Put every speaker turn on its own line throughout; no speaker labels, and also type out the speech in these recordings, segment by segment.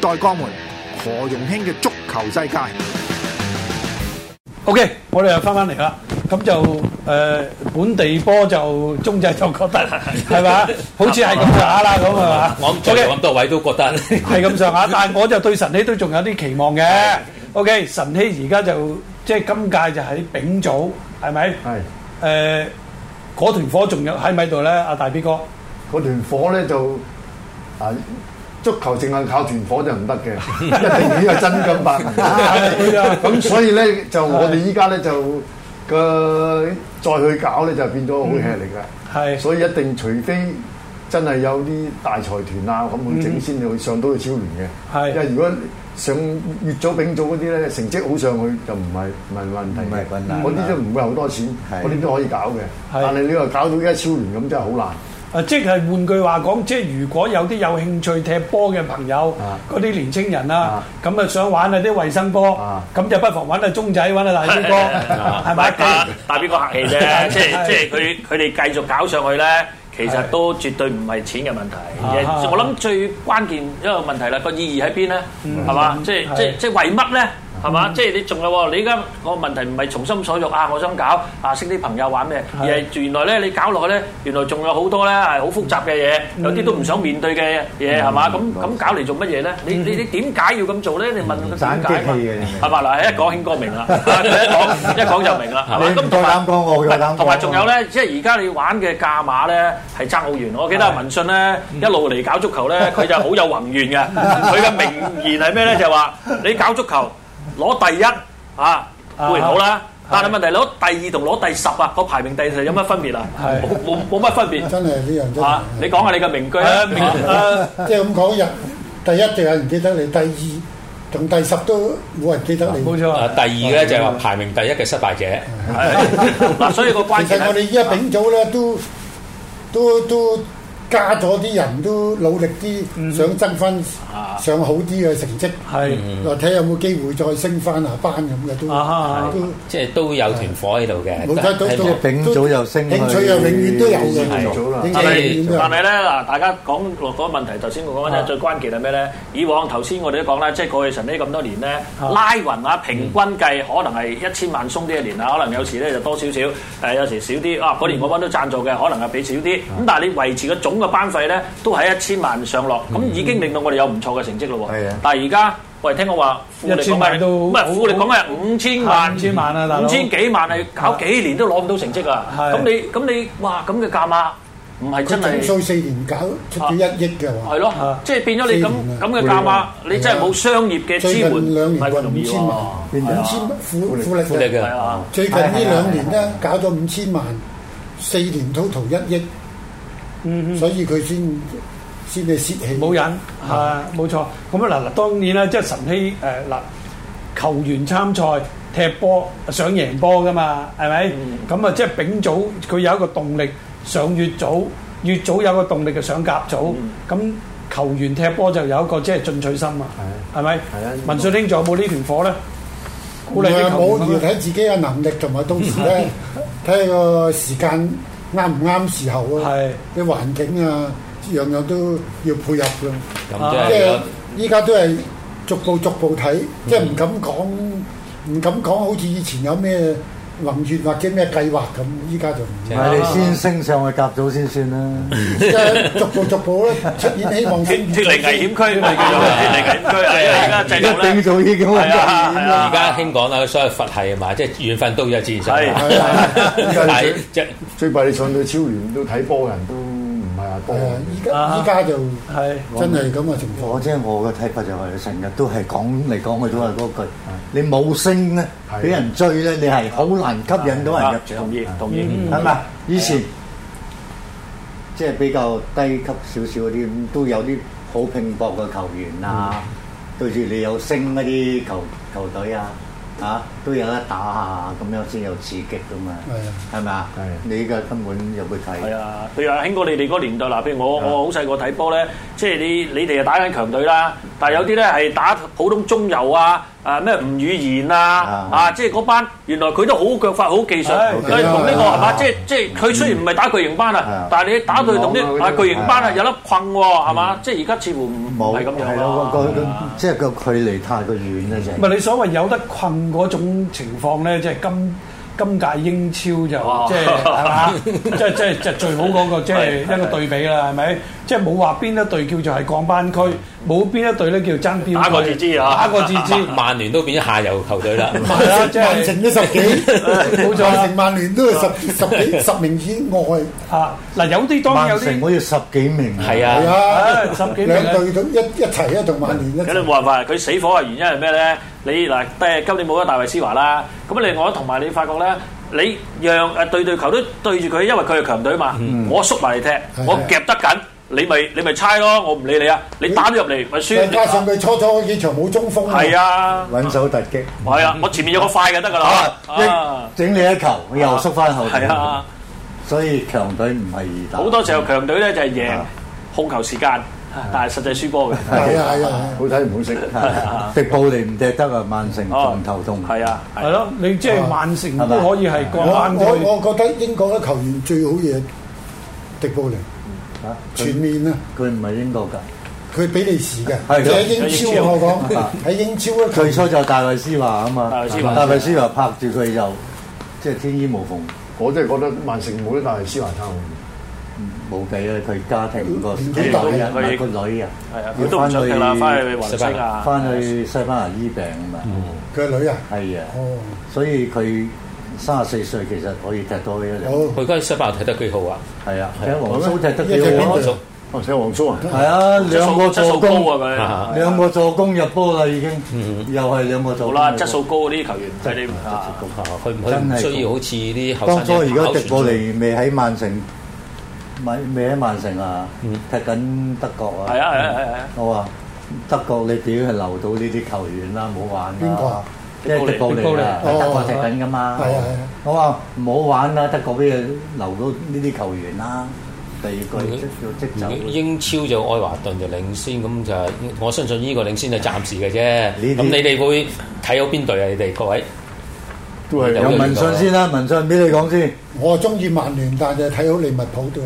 代鋼門何容興嘅足球世界。
OK，我哋又翻翻嚟啦。咁就誒、呃本地波就中制就覺得係嘛，好似係咁上下啦，咁係 嘛。
我諗在
OK
座咁多位都覺得
係咁上下，但係我就對神曦都仲有啲期望嘅。OK，神曦而家就即係今屆就喺丙組，係咪？
係
誒，嗰團火仲有喺唔喺度咧？阿大 B 哥，
嗰團火咧就啊足球淨係靠團火就唔得嘅， 一定要有真金白銀。
啊
咁所以咧就我哋依家咧就個再去搞咧就變咗好吃力啦。
嗯
係
所以一定除非真係有啲大財團啊
嗯
咁去整先去上到去超聯
係
嘅。因為如果上越早丙組嗰啲咧成績好上去就唔係唔係問題嘅，
唔係困難
嗰啲都唔會好多錢，
係
嗰啲都可以搞嘅。但係你話搞到依家超聯咁真係好難。
啊，即係換句話講，即係如果有啲有興趣踢波嘅朋友
啊，
嗰啲年青人啊
啊，
咁啊想玩下啲衞生波
啊，
咁就不妨揾阿鐘仔，揾阿大飛哥，
啊
係咪？
大大邊個客 氣啫？即
係
係即係佢佢哋繼續搞上去咧，其實都絕對唔係錢嘅問題。
啊
而我諗最關鍵一個問題啦，個意義喺邊咧？係嘛？即係即係
係
即係為乜咧？係嘛？即係你仲有喎，你而家個問題唔係從心所欲啊，我想搞啊，識啲朋友玩咩？
係
而係原來咧，你搞落去咧，原來仲有好多咧係好複雜嘅嘢，有啲都唔想面對嘅嘢係嘛？咁咁搞嚟做乜嘢咧？你你你點解要咁做咧？你問佢
省
點解嘛
激氣嘅你明？
係嘛？嗱，一講興哥明啦，啊佢一講一講就明啦，係嘛？
你唔
咁同
夠
埋
膽講，我夠膽講。
同埋仲有，咧，即係而家你玩嘅價碼咧係爭好遠。我記得阿文信咧一路嚟搞足球咧，佢就好有宏願嘅。佢嘅名言係咩咧？就係話你搞足球攞第一啊固然好啦，但係問題攞第二同攞第十啊個排名第十有乜分別啊？
係
冇冇冇乜分別
真係呢樣真係
啊！你講下你嘅名句啊！
誒，
À,
即係咁講，人第一就有人記得你，第二同第十都冇人記得你。
冇錯
啊
啊，
第二咧就係話排名第一嘅失敗者，
係嗱，所以個關
其
鍵
實我哋
係
依家丙組
啊
咧都都都加咗啲人都努力
嗯
啲，想爭翻
啊
上好啲嘅成績，
係
嗯
又睇有冇機會再升翻下班咁嘅都
啊哈啊哈
都
即係都有團火喺度嘅。
冇睇到
係
到
咪
丙組又升去
興趣又永遠都有嘅，
丙組啦
興
但
趣
係
永遠都有
但係咧嗱，大家講落嗰個問題，頭先我講緊
啊
咧最關鍵係咩咧？以往頭先我哋都講啦，即係過去神呢咁多年咧，
啊
拉雲啊，平均計可能係一千萬鬆啲一年啊，可能有時咧就多少少，誒有時少啲啊，
嗯
嗰年我揾到贊助嘅，可能係俾少啲，
啊
咁但係你維持個總嘅班費咧，都喺一千萬上落，
嗯
咁已經令到我哋有唔錯嘅成績咯
係
喎
啊。
但係而家我哋聽講話富力
1000
講
萬
緊，
都
唔係富力講緊係五千萬，
五千萬啊大佬
五千幾萬係搞幾年都攞唔到成績啊！
係
咁你咁你哇咁嘅價碼唔係
佢
真
總
係。
數四年搞出咗一億嘅
係
喎，
咯
啊，
即係變咗你咁
資源啊
咁嘅價碼，你真係冇商業嘅
最
支援，
近兩
唔
年
係咁
運
容
五
易
千
喎。
萬，五千富富力
富力
嘅。
係
嘅，
啊，
最近呢兩年咧搞咗五千萬，四年 total 一億，
嗯
所以佢先先至泄氣。
冇人啊，冇錯。咁啊嗱嗱，當然啦，即係神曦誒嗱，球員參賽踢波想贏波噶嘛，係咪？咁啊，即係丙組佢有一個動力上乙組，乙組有個動力嘅上甲組。咁球員踢波就有一個即係進取心啊，係咪？
係啊
文水兄仲有冇呢團火咧？鼓勵啲
冇
球
要
員啊
睇自己嘅能力同埋到時咧，睇下個時間啱唔啱時候啊
係，
啲環境啊，樣樣都要配合㗎。
咁即
啊
即
係
係
個
依家都係逐步逐步睇，
嗯
即係唔敢講，唔敢講好似以前有咩宏願或者咩計劃咁，依家就唔
唔係你先升上去甲組先算啦。
即係逐步逐步咧出現希 望
脱
先。
脱離危險區，咪叫做脱離危險區。 係啊，而家制
而
度
家丙
咧，
組已經好危
係啊係
險啦。
啊
而家興講啦，所謂佛系啊嘛，即係緣分到就自然上
係
係
嚟。
啊
但係即係
最弊你上到超聯都睇波人都唔係話多
係
嘅，
啊，依家依家就
係
真係咁嘅情 況。
我即係我嘅睇法就係成日都係講嚟講去都係嗰句，你冇升咧，
係
俾人追咧，你係好難吸引到人入場。
同意同意。
係咪？以前即係比較低級少少嗰啲，咁都有啲好拼搏嘅球員啊，對住你有升嗰啲球球隊啊，啊都有得打下，咁樣先有刺激噶嘛，係咪啊
係？
你依家根本入去
係
睇，
啊，譬如阿興哥，你哋嗰個年代嗱，譬如我我好細個睇波咧，即係你你哋係打緊強隊啦，但係有啲咧係打普通中游啊，誒咩吳語言啊
啊
啊，即係嗰班原來佢都好腳法好技術，
係
佢同呢個係嘛，即係即係佢雖然唔係打巨型班啊
嗯，
但係你打佢同
唔
啲
望啊
啊
嗰啲
巨型班啊
嗯
有粒困喎，係嘛？即係而家似乎唔唔
冇
係咁樣啊
係
啦
咯，個。個即係個距離太過遠啦，就
唔係你所謂有得困嗰種情況咧，即係今今屆英超
哇
就即係係嘛， 即係即係即係最好嗰個即係一個對比啦，係咪？即係冇話邊一隊叫做係降班區，冇邊一隊咧叫爭標區
打過自知啊
打過自知，
曼曼聯都變咗下游球隊啦。
係啊啦，即
曼
係
城都十幾，
冇錯
曼
啦
城曼聯都係十十幾十名以外，
啊！嗱，有啲當然有
曼
啲
城。好似十幾名啊
係
係
啊，
啊，
唉十幾名
兩
啊
隊都一一齊啊，同曼聯一
咁你
齊。
冇辦法，佢死火嘅原因係咩咧？你嗱，即係今年冇咗大衛斯華啦，咁另外同埋你發覺咧，你讓誒對對球都對住佢，因為佢係強隊嘛，我縮埋嚟踢，
係
我
係
夾得緊，你咪你咪猜咯，我唔理你啊，你打咗入嚟咪
再加
輸
上。佢初初嗰幾場冇中鋒啊，
係啊，
揾手突擊，
係啊，我前面有個快就得㗎啦。啊
啊，一整你一球又縮翻後，
係啊，，
所以強隊唔係易打，
好多時候強隊咧就係贏
啊
控球時間，但係實際輸波嘅。
係啊係啊，
好睇唔好食。
迪布尼唔踢得啊，曼城
哦
仲頭痛，
係啊，係
係咯，你即係曼城都
係咪
可以係
我
降班區。
我我覺得英國嘅球員最好嘢，迪布尼
啊佢
全面啊，
佢唔係英國㗎。
佢比利時嘅，
係
喺英超我講
係
喺英超啊咧，
最啊初就大衛斯華啊嘛，
大衛斯華
大衛斯華拍住佢就即係天衣無縫，
我真係覺得曼城冇得大係斯華差
冇計啦！啊佢家庭個
佢
個
佢
女個女啊，
嗯係啊，佢都唔想踢啦，翻去雲星啊，
翻去西班牙醫病啊嘛，
佢女啊，
係啊，
哦，
所以佢三十四歲其實可以踢多一兩，
好
佢嗰陣西班牙踢得幾好啊！
係啊，踢皇蘇踢得幾
邊
好
個
啊，
邊
哦，寫黃蘇啊！
係啊，兩個
質素
助
高
攻，
啊佢。
兩個助攻入波啦已經，又係兩個
好
助攻，
啦，質素高嗰啲球員睇你啊，
佢唔佢唔需要好似啲後
當
生
初
仔
如果
跑
迪布
全場
尼未喺曼城，咪未喺曼城啊，踢緊德國啊。
係啊係啊係啊，
我話德國你屌係留到呢啲球員啦，唔好玩啦。
邊個啊？
即係迪布
迪布
尼
尼
啊，
哦
德國踢緊噶嘛。
係啊係啊
我話唔好玩啦，德國邊度留到呢啲球員啦？第二個即即走。
英英超就愛華頓就領先，咁就我相信呢個領先就暫時嘅啫。
啲
咁你哋會睇好邊隊啊？你哋各位
都係
有文信先啦，文信俾你講先。
我中意曼聯，但係睇好利物浦都係，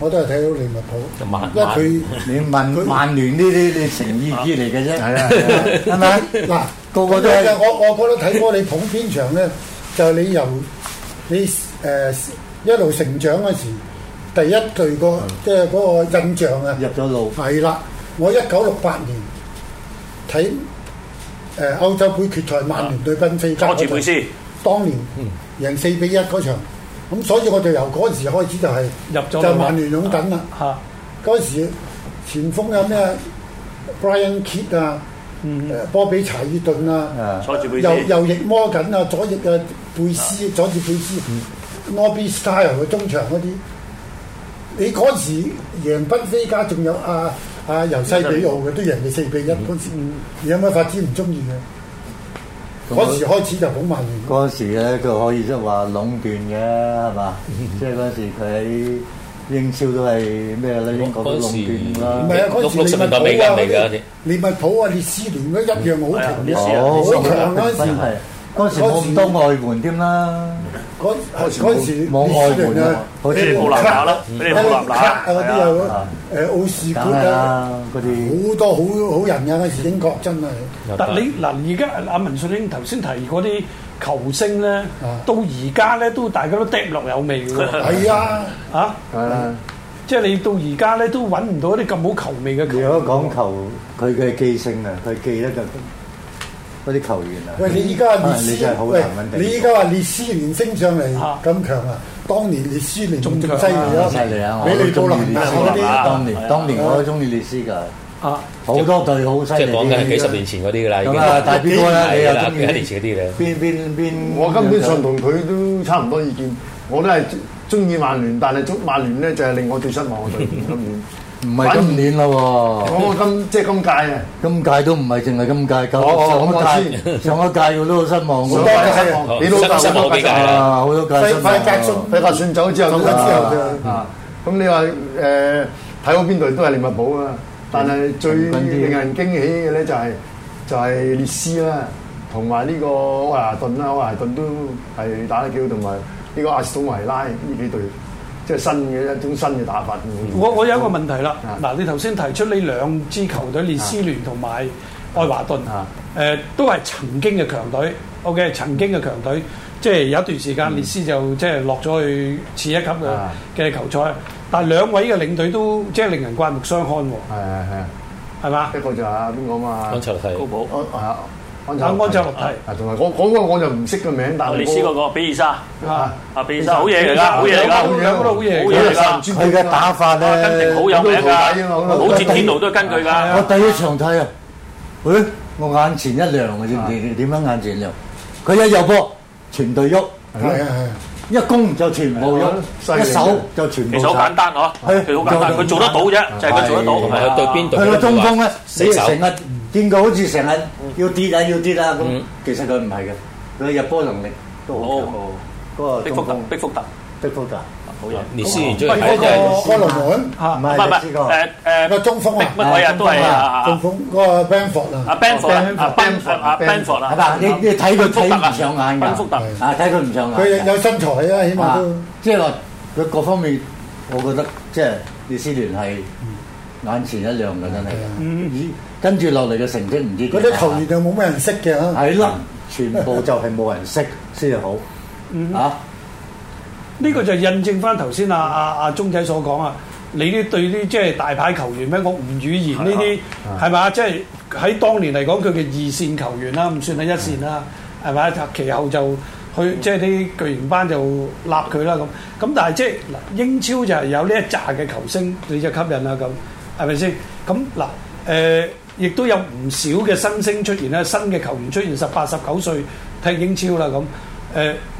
我都係睇好利物浦，
曼
因為
你問曼聯呢啲，你情意之嚟嘅啫。係啊，係咪？
佢嗱。
個個都係。
我我覺得睇波你捧邊場咧，就係你由你誒、一路成長嗰時，第一隊個即係嗰個嗯印象啊，
入咗路，
係啦。我一九六八年睇誒、歐洲杯決賽，曼聯對賓菲加
拖
嗰
住貝
場，
斯，
當年贏四比一嗰場，咁所以我就由嗰時開始就係、
入咗
就
啦
係曼聯擁趸啦。
嚇，
嗰時前鋒有咩 Brian Kidd 啊，誒波比查爾頓啊
啊，
坐住貝斯
右右翼摩緊啊，左翼啊貝斯，左翼貝斯 n o b b Style 嘅中場嗰啲，你嗰時贏賓菲加，仲有啊啊由西比奧嘅都贏你四比一嗰時，
嗯
你有乜發展唔中意嘅？嗰時開始就好曼聯，
啊嗰陣時咧，佢可以即係話壟斷嘅，係嘛？即係嗰陣時佢喺英超都係咩咧？英國都壟
唔
斷啦。
係啊，嗰時
六六十年代
利物浦啊
尾㗎嚟㗎啲，
利物浦啊，列斯聯嗰一樣好強
係啊
嘅。
哦
好強嗰陣時
係嗰陣時冇咁多外援添啦。
嗰嗰陣時
冇外援啊好似
俾你冇立拿啦，俾你冇立拿，
嗰
係
啲
啊，
有誒奧士
梗
冠
係
啊，
啦，嗰啲
好多好好人啊！嗰時英國真係
啊
但你嗱，而家阿文信英頭先提嗰啲球星咧
啊，
到而家咧都大家都嗒落有味嘅喎
係啊，
啊！
係啦，
即係你到而家咧都揾唔到一啲咁好球味嘅球。
如果講球，佢嘅記性啊，佢記得嘅嗰啲球員啊。
喂！你而家
啊
列
你真係
斯
好
喂
難穩，定。
你而家話列斯聯升上嚟
啊
咁強啊！當年列斯聯仲
仲
犀利
強啊
啊，
犀利啊！我
比利布
都中
林
意列
達
斯
嗰
係
啲
啊
㗎。當年當年我都中意列斯㗎，
啊！
好多隊好犀
即
利。
係講緊係幾十年前嗰啲㗎啦，已經
咁啊，大邊哥啦，你又
係啦
中
幾
意
多年前嗰啲咧？
邊邊邊？
我根本上同佢都差唔多意見，我都係中意曼聯，但係中曼聯咧就係令我最失望嘅隊伍今年。
唔係今年啦喎，
我今即係今屆啊，
今屆都唔係淨係今屆，舊
哦哦咁
上一
我
屆上一屆我都好失望
好
㗎
多屆失望，你老豆
失望
好
比
屆，
較
啊，好多屆失
費費格
望。
遜
費格遜走之後
走咗之後就
啊，咁你話誒
嗯
睇好邊隊都係利物浦啊，但係最令人驚喜嘅咧就係就係列斯啦，同埋呢個愛華頓啦，愛華頓都係打得幾好，同埋呢個阿斯頓維拉呢幾隊，即係新嘅一種新嘅打法。
嗯
我我有一個問題啦
啊，
嗱，你頭先提出呢兩支球隊，列斯聯同埋愛華頓，誒、
啊
都係曾經嘅強隊，OK，曾經嘅強隊，即係有一段時間列斯就即係落咗去次一級嘅
啊
嘅球賽，但係兩位嘅領隊都即係令人刮目相看喎，
係係係
係嘛
啊，？一個就係阿邊個啊嘛？
安切洛蒂
高普，
安啊安
啊，安切洛蒂
啊，同埋嗰嗰個我就唔識個名，但係
利斯啊嗰個比爾沙，
啊
啊，
啊比爾沙好嘢嚟㗎，好嘢嚟
兩個
㗎
都。兩個都好嘢
好
嚟
嘢
㗎，
嚟㗎
佢嘅打法咧，
跟啊定好有名㗎，好似天奴都係跟佢㗎。
我第一場睇啊，誒，我眼前一亮啊，知唔知點樣眼前一亮？佢一有波，全隊喐，
係啊
一攻就全部
係啊
喐，一手就全
其
部
實好
散
簡。單嗬，其實好簡單，佢做得到啫，就係佢做得到。
同埋佢對邊隊
去
都
到啊
啊
中
冇話
鋒咧，
死
你
守
就成日見佢好似成日要跌啊要跌啊咁，其實佢唔係嘅，佢入波能力都好強。
好，
嗰個
哦逼福
中
特
鋒，
逼福特，
碧福特，
好嘢。
列斯聯
喂
最
嗰
睇就係
個哥羅門
唔
啊唔
係
係唔
唔係
係，誒誒，
個中鋒啊
乜鬼啊？都係
中
啊
鋒嗰個 Benford 啊
啊 Benford 啊 Benford 啊 Benford
係嘛？
啊，
你你睇佢睇唔上眼
賓福特
㗎，啊睇佢唔上眼㗎。
佢有身材啊，起碼
啊
都。，
即係話佢各方面，我覺得即係列斯聯係眼前一亮嘅，真係。
嗯
咦跟住落嚟嘅成績唔知點
嗰啲球員就冇咩人識嘅嚇。
係啦，全部就係冇人識先至好
嗯
啊！
呢個就印證翻頭先啊啊啊鐘仔所講啊，你呢對啲即係大牌球員咩？我吳語言呢啲係嘛？即係喺當年嚟講，佢嘅二線球員啦，唔算係一線啦，係咪？啊其後就去即係啲巨型班就立佢啦咁。咁但係即係嗱，英超就係有呢一紮嘅球星，你就吸引啦咁，係咪先？咁嗱誒。亦都有唔少嘅新星出現啦，新嘅球員出現，十八、十九歲踢英超啦咁。誒、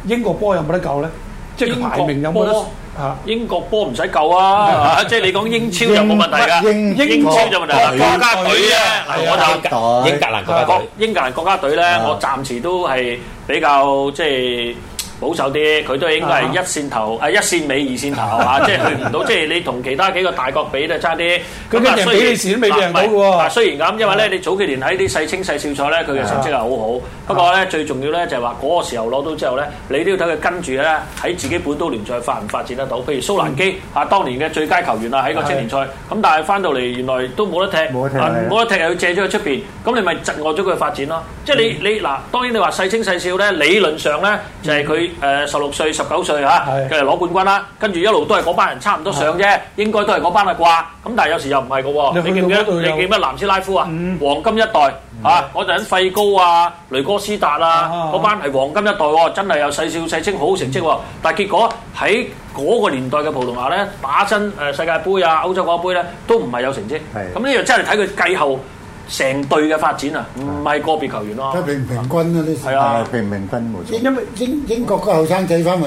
英國波有冇得救咧？即係排名有冇得
英國
嚇？
英國波唔使救 啊，即係你講英超就冇問題㗎，
英
英超就問題啦，國家隊啊，我就。
就
英格蘭國
國
家隊。
啊哦英格蘭國家隊咧，
啊
我暫時都係比較即係保守啲，佢都應該係一線頭啊誒一線尾二線頭啊，即係去唔到，即係你同其他幾個大國比咧差啲。
佢
咁啊
嘅贏
雖然
比利時都未必贏到嘅喎
嗱唔係嗱雖然咁，因為咧你早幾年喺啲細青細少賽咧，佢嘅成績係好好。不過咧最重要咧就係話嗰個時候攞到之後咧，你都要睇佢跟住咧喺自己本都聯賽發唔發展得到。譬如蘇蘭基啊，當年嘅最佳球員啊喺個青年賽，咁但係翻到嚟原來都冇得踢，
冇得踢
啊
係啊
嗰一踢又要借咗佢出邊，咁你咪窒礙咗佢嘅發展咯。即係你你嗱，當然你話細清細少咧，理論上咧就係佢誒十六歲、十九歲嚇，
係
佢係攞冠軍啦，跟住一路都係嗰班人差唔多上啫，應該都係嗰班啊啩。咁但係有時又唔係嘅喎，
你
你記
去
唔記
到
得？
嗰度
你
又
記唔記得南斯拉夫啊
嗯？
黃金一代嚇，嗰陣費高啊、雷哥斯達
啊
啊
啊，
嗰班係黃金一代喎，真係有細少細清好好成績喎。但係結果喺嗰個年代嘅葡萄牙咧，打親誒世界盃啊、歐洲國家杯咧，都唔係有成績。
係
咁呢樣真係睇佢繼後成隊嘅發展啊，
嗯
唔係個別球員咯
睇。平唔平均啊呢時
係啊
係平民分冇錯。
英英英國嗰後生仔翻嚟，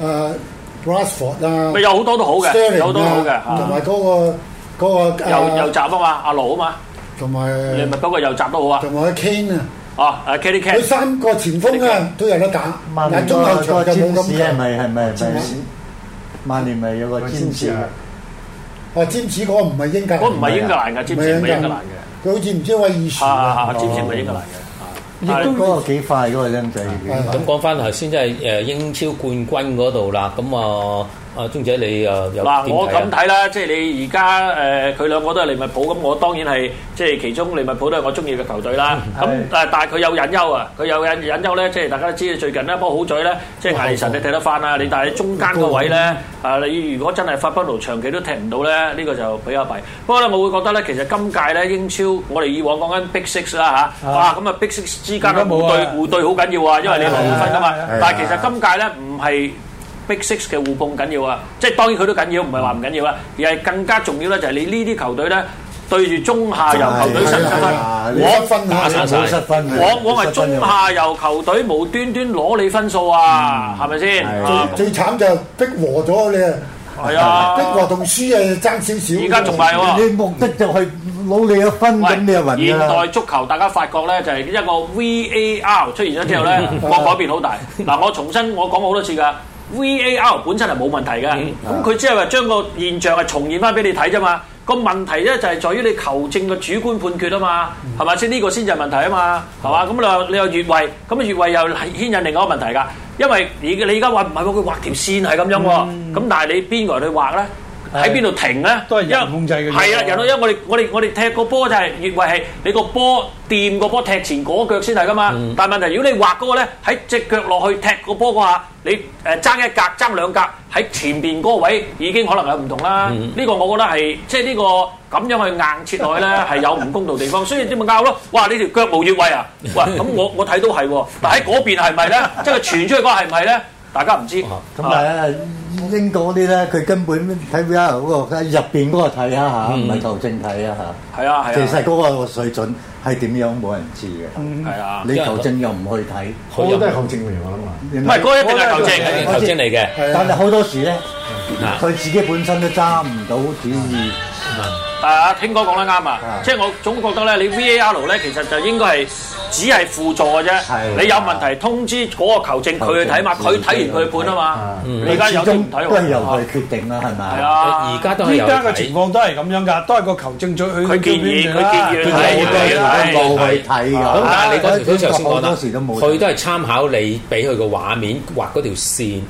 誒 Rashford 啊
咪，有好多都好嘅，
Sterling
有好多都好嘅
啊同
嚇。
埋嗰個嗰個
右右
誒
閘啊嘛，阿盧啊嘛，
同埋
你咪嗰個右閘都好啊。
同埋 Kane 啊，
啊，誒 Kitty
佢
Cat
三個前鋒啊都有得打，
曼
但
聯
啊中後場
個
就冇
詹
咁
士係
強。
咪係咪係咪
詹士？
曼聯咪有個詹士
啊，
哦，詹士嗰個唔係英格蘭，
嗰個唔係英格蘭嘅，詹士唔係英格蘭嘅。
佢好似唔知威爾士
啊啊啊！
啊，
詹士唔係英格蘭嘅。啊
亦都
嗰個幾快嗰個僆仔。
係
咁講翻頭先，即係誒英超冠軍嗰度啦。咁啊，阿鐘姐你誒有
嗱，
點
我咁
睇啊？
睇啦，即係你而家誒佢兩個都係利物浦，咁我當然係即係其中利物浦都係我中意嘅球隊啦。
嗯
咁誒，但係佢有隱憂啊，佢有隱隱憂咧，即係大家都知最近咧，不過好在咧，即係艾利臣你踢得翻
嗯
啦，你但係中間個位咧，啊你如果真係法賓奴長期都踢唔到咧，呢個就比較弊。不過咧，我會覺得咧，其實今屆咧英超，我哋以往講緊 Big Six 啦嚇，
啊
哇咁啊 Big Six 之間
而家
嘅
冇
互
啊
對互對好緊要啊，因為你攞分㗎嘛
係啊係啊係啊。
但係其實今屆咧唔係。Big Six 嘅互碰緊要啊，即係當然佢都緊要，唔係話唔緊要啊，而係更加重要咧就係你呢啲球隊咧對住中下游球隊失分
係
啊，
啊，
你失分啊
打，散
冇
晒
失分嘅
往往係
失分嘅
中下游球隊無端端攞你分數啊，係咪先？
係
啊
最慘就逼和咗你啊！
係啊
逼，和同輸啊爭少少。
而家仲係喎。
你目的就係攞你一分咁，你就
喂，
暈
現
㗎啦
代。足球大家發覺咧，就係、一個 VAR 出現咗之
嗯
後咧，個改變好大。嗱，我重新我講過好多次㗎。VAR 本身係冇問題嘅，咁佢只係話將個現象係重現翻俾你睇啫嘛。個問題咧就係在於你球證嘅主觀判決啊嘛，
嗯
係咪先？呢個先至係問題啊嘛，係嘛？咁你話你又越位，咁啊越位又係牽引另外一個問題㗎，因為你你而家話唔係喎，佢畫條線係咁樣喎，咁但係你邊個人去畫咧？喺邊度停咧？
嗯都係人控制嘅啫
係啊，人控因為我哋我哋我哋踢個波就係越位係你個波掂個波踢前嗰腳先係噶嘛。
嗯
但係問題，如果你畫嗰個咧喺只腳落去踢個波嗰下，你誒爭一格爭兩格喺前邊嗰個位已經可能有唔同啦。呢、
嗯
個我覺得係即係呢個咁樣去硬切落去 咧係有唔公道地方，所以你咪拗咯。哇！你條腳冇越位啊？ 喂，咁我我睇到係喎，但喺嗰邊係咪咧？即係傳出去嗰個係唔係咧？大家唔知。
哦
啊
咁但係英國嗰啲咧，佢根本睇 V R 嗰個喺入邊嗰個睇啊嚇，唔係球證睇啊嚇。
係嗯啊係啊
其實嗰個水準係點樣冇人知嘅，
係啊。
你球證又唔去睇。
好多都係後證嚟，我諗啊。
唔
唔係嗰個一定係球證
係頭先嚟嘅。
啊
但係好多時咧，
嗯
佢自己本身都揸唔到主意。
啊，聽哥講得啱啊！
係
即係我總覺得咧，你 VAR 咧其實就應該係只係輔助嘅啫
係。
你有問題通知嗰個球證佢去睇嘛，
球證
佢睇完佢判啊嘛。你而家有
始
啲唔
終
睇
都係由
喎
佢。決定啦，係
係
咪？
啊
而，家都係
依
有
家嘅
睇
情況都係咁樣㗎，都係個球證最佢
佢建議
佢
佢建議啊
有好多時都冇去睇㗎。
咁但係你嗰時佢
佢
頭先
好
講
多
啦，
時都冇。
佢都係參考你俾佢個畫面畫嗰條線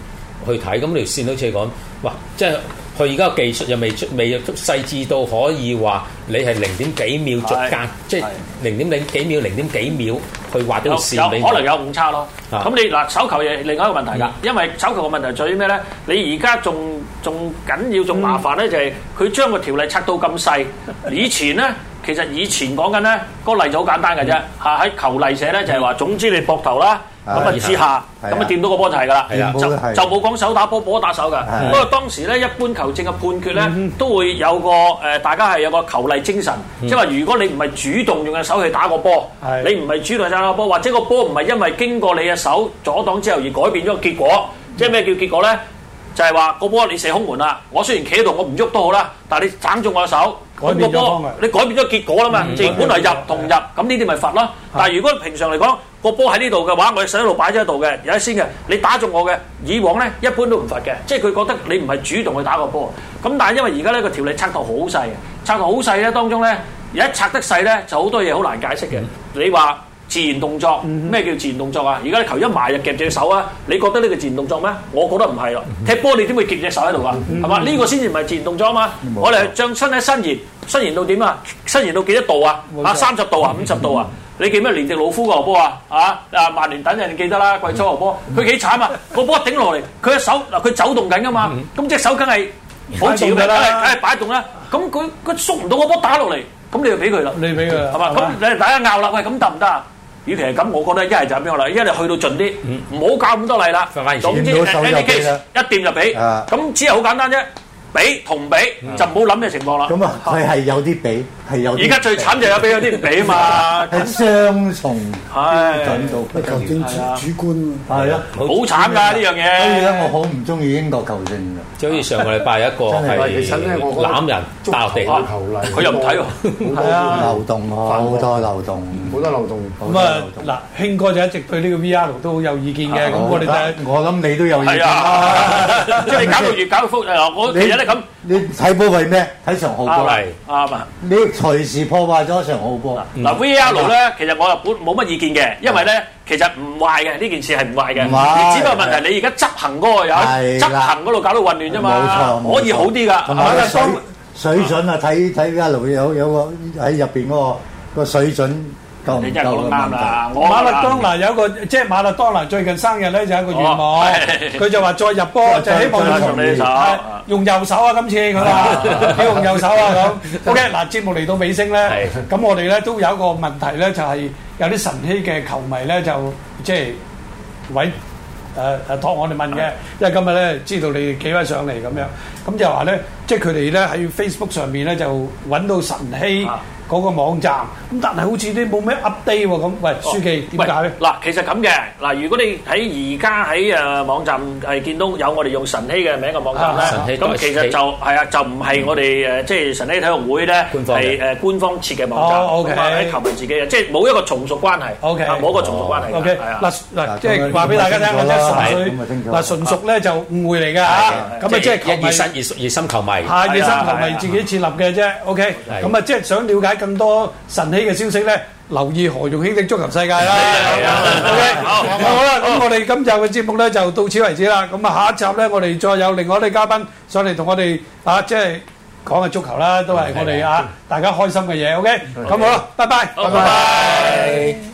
去睇，咁條線好似講，哇！即係佢而家個技術又未出未細緻到可以話你係零點幾秒逐格
係，
即係零點零幾秒、零點幾秒去畫咗條線
有
俾
有可能
你。
有誤差咯。
啊
咁你嗱手球嘢另外一個問題㗎啊
嗯，
因為手球嘅問題在於咩咧？你而家仲仲緊要仲麻煩咧，就係佢將個條例拆到咁細。以前咧，其實以前講緊咧，個例就好簡單嘅啫。嚇喺球例寫咧就係話，總之你膊頭啦，咁啊
係
之下，
係
咁啊
啊
掂到個波就係㗎啦。
係啊
就
冇係
就冇講手打波，波打手㗎。
係
不過當時咧，一般球證嘅判決咧都會有個誒，大家係有個球例精神，即係話如果你唔係主動用隻手去打個波，
係
你唔係主動打個波，或者個波唔係因為經過你嘅手阻擋之後而改變咗個結果，即係咩叫結果咧？就係話個波你射空門啦，我雖然企喺度，我唔喐都好啦，但係你斬中我手，
改
咁
變
個
咗方
波
向
你改變咗結果啦嘛，即係本來入同入，咁呢啲咪罰咯。但係如果平常嚟講，個波喺呢度嘅話，我隻手一路擺咗喺度嘅，有一先嘅，你打中我嘅，以往咧一般都唔罰嘅，即係佢覺得你唔係主動去打個波。咁但係因為而家呢個條例拆到好細嘅，拆到好細咧，當中咧一拆得細咧，就好多嘢好難解釋嘅。你話自然動作，
嗯
咩叫自然動作啊？而家你球一埋就夾隻手啊！你覺得呢個自然動作咩？我覺得唔係咯。踢波你點會夾隻手喺度啊？
嗯
係嘛？呢個先至唔係自然動作啊嘛！我哋係將身體伸延，伸延到點啊？伸延到幾多度啊？
冇錯嗯
啊，三十度啊，五十度啊！你記唔記得連迪老夫個球波啊？啊啊！曼聯等人記得啦，貴州球波，
嗯
佢幾慘啊！個波頂落嚟，佢嘅手嗱，佢走動緊噶嘛，咁隻手梗係保持
嗯擺動
㗎
㗎啦
啦，梗係擺動啦。咁佢佢縮唔到個波打落嚟，咁你就俾佢啦。
你俾佢啦
係嘛？
係
咁
嘛
你哋大家拗啦，喂，咁得唔得啊？與其係咁，我覺得一係就咁樣啦，一係你去到盡啲，唔好搞咁多例啦
反而。
總之
掂到手就
any
俾
case
啦
一掂就俾，
啊
咁只係好簡單啫，俾同俾就唔好諗嘅情況啦。
咁啊，佢係有啲比，係有啲。
而家最慘就有俾有啲唔俾 嘛，
係雙重
係
準到不
咪
得
球
了。
證
係啊
主主觀喎。
係啊，
好慘㗎呢樣
所以咧，
嘢。
我好唔中意英國球證嘅。
即係好似上個禮拜有一個
真係
其實咧，我
係
覺得
攬人
足球
打落地，
嘅球例
佢又唔睇喎
喎，好
係啊
漏洞好多漏洞，
多好多漏洞。
好
咁
多
啊
漏洞。
嗱，興哥就一直對呢個 VR 都好有意見
Ờ,
嘅，咁我哋睇
我諗你都有意見
係
啦。
啊， 即係你搞到越搞越複雜。嗱我其實咧咁
你睇波為咩？睇場好
啱啊，
波
係
啱啊。
你隨時破壞咗一場好波。
嗱
嗯
VR 咧，其實我又本冇乜意見嘅，因為咧其實唔壞嘅，呢件事係唔壞嘅，
唔壞
你只不過問題你而家執行嗰個有
係
執
啦
行嗰度搞到混亂啫嘛，
冇錯，
可以好啲㗎，係
同
咪
埋個
但係
水
當
水準啊，睇睇一路有有個喺入邊嗰個個水準夠唔
你真係
夠
講得
嘅問
啱
題。
啦，我
馬勒
ờ.
當拿有一個，即係馬勒當拿最近生日咧就有一個願
哦
望，佢就話再入波就希望
再
用
送你一手
係用右手啊，今次佢話要用右手啊咁。OK，嗱節目嚟到尾聲咧，咁我哋咧都有一個問題咧，就係有啲神曦嘅球迷咧就即係揾誒誒託我哋問嘅，因為今日咧知道你哋幾位上嚟咁樣，咁就話咧，即係佢哋咧喺 Facebook 上面咧就揾到神曦。
啊
嗰嗰個網站，咁但係好似啲冇咩 update 喎咁。喂，書記點解咧？
哦喂嗱，其實咁嘅嗱，如果你喺而家喺誒網站係見到有我哋用晨曦嘅名嘅網站
啊晨曦
咧，咁其實就係啊，就唔係我哋呃誒即係晨曦體育會咧
官方嘅
係誒官方設嘅網站，
哦，OK
同埋喺球迷自己嘅，即係冇一個從屬關係
OK 哦
啊冇一個從屬關係㗎
OK，
係啊
嗱嗱，
嗱
即係
咁
話俾大家聽，我
咁
即
咪
係
清楚
純屬
啦係咁咪
嗱純屬咧就誤會嚟㗎嚇，咁啊即係球
一熱
迷。
身熱熱心球迷，
下夜三球
係
咪
啊
自己設立嘅啫，OK。
係
咁啊，即係想了解更多神奇嘅消息咧，留意何容興的足球世界啦。OK，
好
好啦，咁我哋今集嘅節目咧就到此為止啦。咁啊，下一集咧，我哋再有另外一啲嘉賓上嚟同我哋啊，即係講下足球啦，都係我哋啊大家開心嘅嘢。OK，咁好啦，拜拜，
好拜拜。